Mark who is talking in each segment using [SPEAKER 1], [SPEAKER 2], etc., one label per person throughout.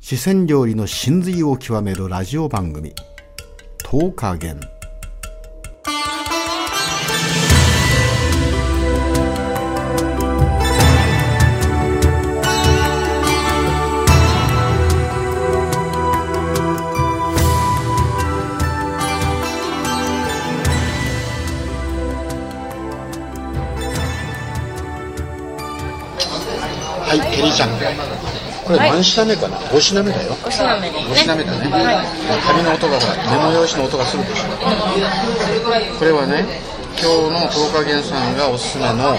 [SPEAKER 1] 四川料理の真髄を極めるラジオ番組「10日元」
[SPEAKER 2] はい、ケリーちゃん。これ
[SPEAKER 3] はい
[SPEAKER 2] 何品目かな、五品目だよ。
[SPEAKER 3] おしなめです
[SPEAKER 2] 五品目
[SPEAKER 3] ね。
[SPEAKER 2] だね。
[SPEAKER 3] はい
[SPEAKER 2] 紙の音がほら、メモ用紙の音がするでしょ。これはね、今日の東華源さんがおすすめの、
[SPEAKER 3] は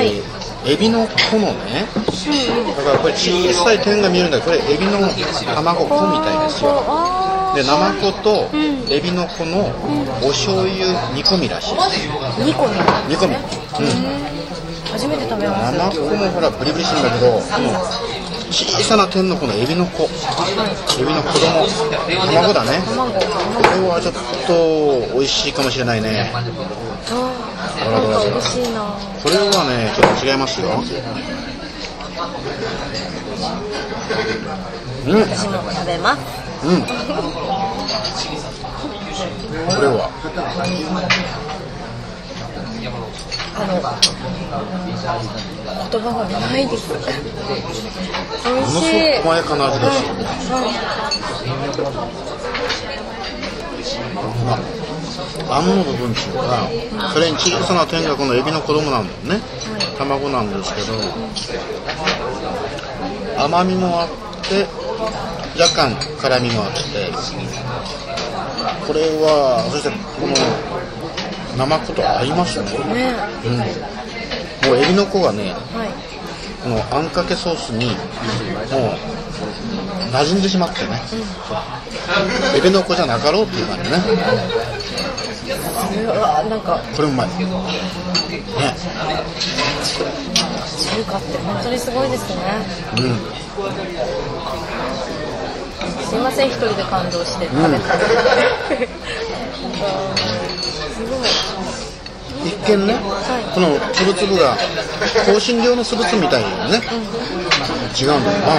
[SPEAKER 3] い。
[SPEAKER 2] エビの子のね、だからこれ小さい点が見えるんだけど、これエビの卵子みたいですよ。
[SPEAKER 3] あ
[SPEAKER 2] で、ナマコとエビの子のお醤油煮込みらしい。
[SPEAKER 3] ー、ニコね。
[SPEAKER 2] 煮込み。うん。
[SPEAKER 3] 初めて食べま
[SPEAKER 2] ナ
[SPEAKER 3] す。
[SPEAKER 2] マコもほらブリブリしてんだけど、小さな天のこのエビの子、エビの子供、卵だね。
[SPEAKER 3] 卵。
[SPEAKER 2] これはちょっと美味しいかもしれないね。
[SPEAKER 3] あ
[SPEAKER 2] ほらほら
[SPEAKER 3] ー、
[SPEAKER 2] ほら
[SPEAKER 3] 美味。しいな。
[SPEAKER 2] これはね、ちょっと違いますよ。うん、うん。こ
[SPEAKER 3] 私も食べます。
[SPEAKER 2] れは、
[SPEAKER 3] あの、言葉がないです。美
[SPEAKER 2] ものすごく
[SPEAKER 3] 味しい。
[SPEAKER 2] 細やかな味ですよ。あんの部分っていうか、それに小さな天がこのエビの子供なんだよね。卵なんですけど、甘みもあって、若干辛みもあって、これは、そしてこの、生子と合いますよね。
[SPEAKER 3] うんね
[SPEAKER 2] うん。もうエビの子がね、
[SPEAKER 3] はい。
[SPEAKER 2] このあんかけソースに、もう、馴染んでしまってね。エビの子じゃなかろうっていう感じね。
[SPEAKER 3] うわ、なんか、
[SPEAKER 2] これうまい。ね。
[SPEAKER 3] 中華って本当にすごいですね。
[SPEAKER 2] うん。
[SPEAKER 3] すいません、一人で感動して食べた。すごい。
[SPEAKER 2] 一見ね、このつぶつぶが香辛料のつぶつぶみたいなね、違うんだよな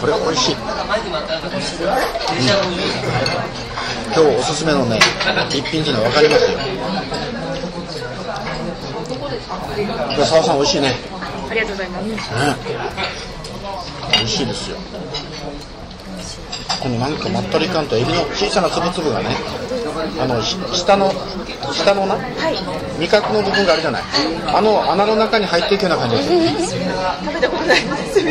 [SPEAKER 2] これ美味しい、うん今日おすすめのね一品っていうのは分かりますよこれ澤さん美味しいね
[SPEAKER 3] ありがとうございます。
[SPEAKER 2] うん美味しいですよこのなんかまったり感とエビの小さな粒々がねあのし下の下のな、味覚の部分があるじゃないあの穴の中に入っていくような感じがする食べたことないんですよい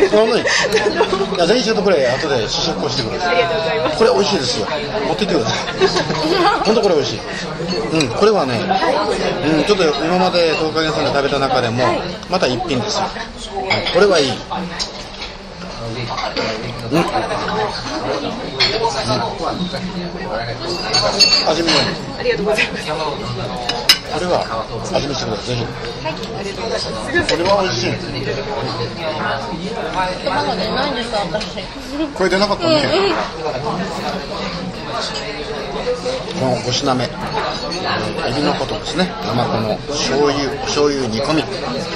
[SPEAKER 2] やぜひちょっとこれ後で試食をしてくださいこれ美味しいですよ持っていってくださ い本当これ美味しいうんこれはね、うん、ちょっと今まで東海屋さんで食べた中でもまた一品ですよはいこれはいい味見ありがとうございますこれは味見してくださいぜひこれは美味しい
[SPEAKER 3] 言葉が出ないんですか、私。
[SPEAKER 2] これ出なかったね、この5品目エビのことですね生この醤油お醤油煮込み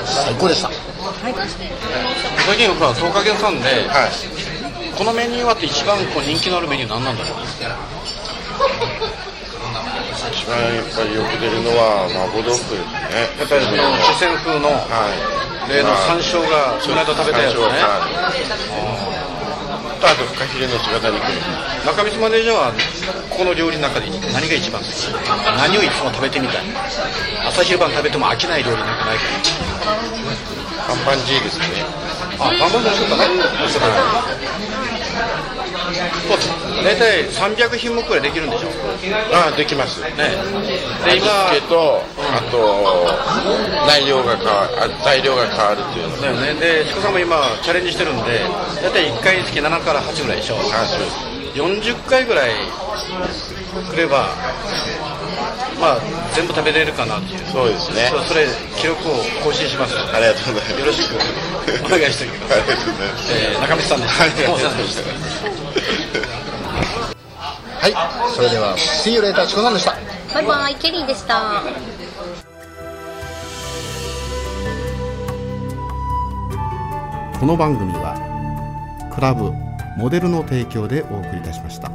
[SPEAKER 2] 最高でした
[SPEAKER 4] 最近僕は東華源さんで、このメニューはって一番こう人気のあるメニュー何なんだろう
[SPEAKER 5] 一番やっぱりよく出るのは麻婆豆腐ですね。
[SPEAKER 4] やっぱりその四川風の
[SPEAKER 5] はい。
[SPEAKER 4] 例の山
[SPEAKER 5] 種
[SPEAKER 4] 椒がこの間食べたやつね
[SPEAKER 5] とあとフカヒレの姿肉。
[SPEAKER 4] 中道マネージャーはここの料理の中で何が一番好き何をいつも食べてみたい朝昼晩食べても飽きない料理なんかないか
[SPEAKER 5] パンパンジーですね。
[SPEAKER 4] なあバンバン出しようかなそう大体300品目くらいできるんでしょ
[SPEAKER 5] ああできます。ね。
[SPEAKER 4] ねで
[SPEAKER 5] 味
[SPEAKER 4] 今
[SPEAKER 5] 付けとあと内容が変わあ材料が変わるっていうの。
[SPEAKER 4] だよねでチコさんも今チャレンジしてるんで大体1回につき7から8ぐらいでしょ
[SPEAKER 5] あそうです。
[SPEAKER 4] 40回ぐらいくれば、まあ、全部食べれるかなっていう、
[SPEAKER 5] そうですね。
[SPEAKER 4] それ、記録を更新しますので、
[SPEAKER 5] ありがとうございます。
[SPEAKER 4] よろしくお願いしておきます
[SPEAKER 5] ありがとうございます。
[SPEAKER 4] えー中道さんで
[SPEAKER 5] はいあり
[SPEAKER 4] した。
[SPEAKER 5] が
[SPEAKER 4] お
[SPEAKER 5] とう
[SPEAKER 4] 世
[SPEAKER 5] ご
[SPEAKER 4] 話にな
[SPEAKER 2] はいそれでは See
[SPEAKER 5] ざいましたた。
[SPEAKER 4] りまし
[SPEAKER 2] you later チコさんでした
[SPEAKER 3] バイバイ、ケリーでした。
[SPEAKER 1] この番組は
[SPEAKER 2] クラブモデルの提供でお送りいたしました。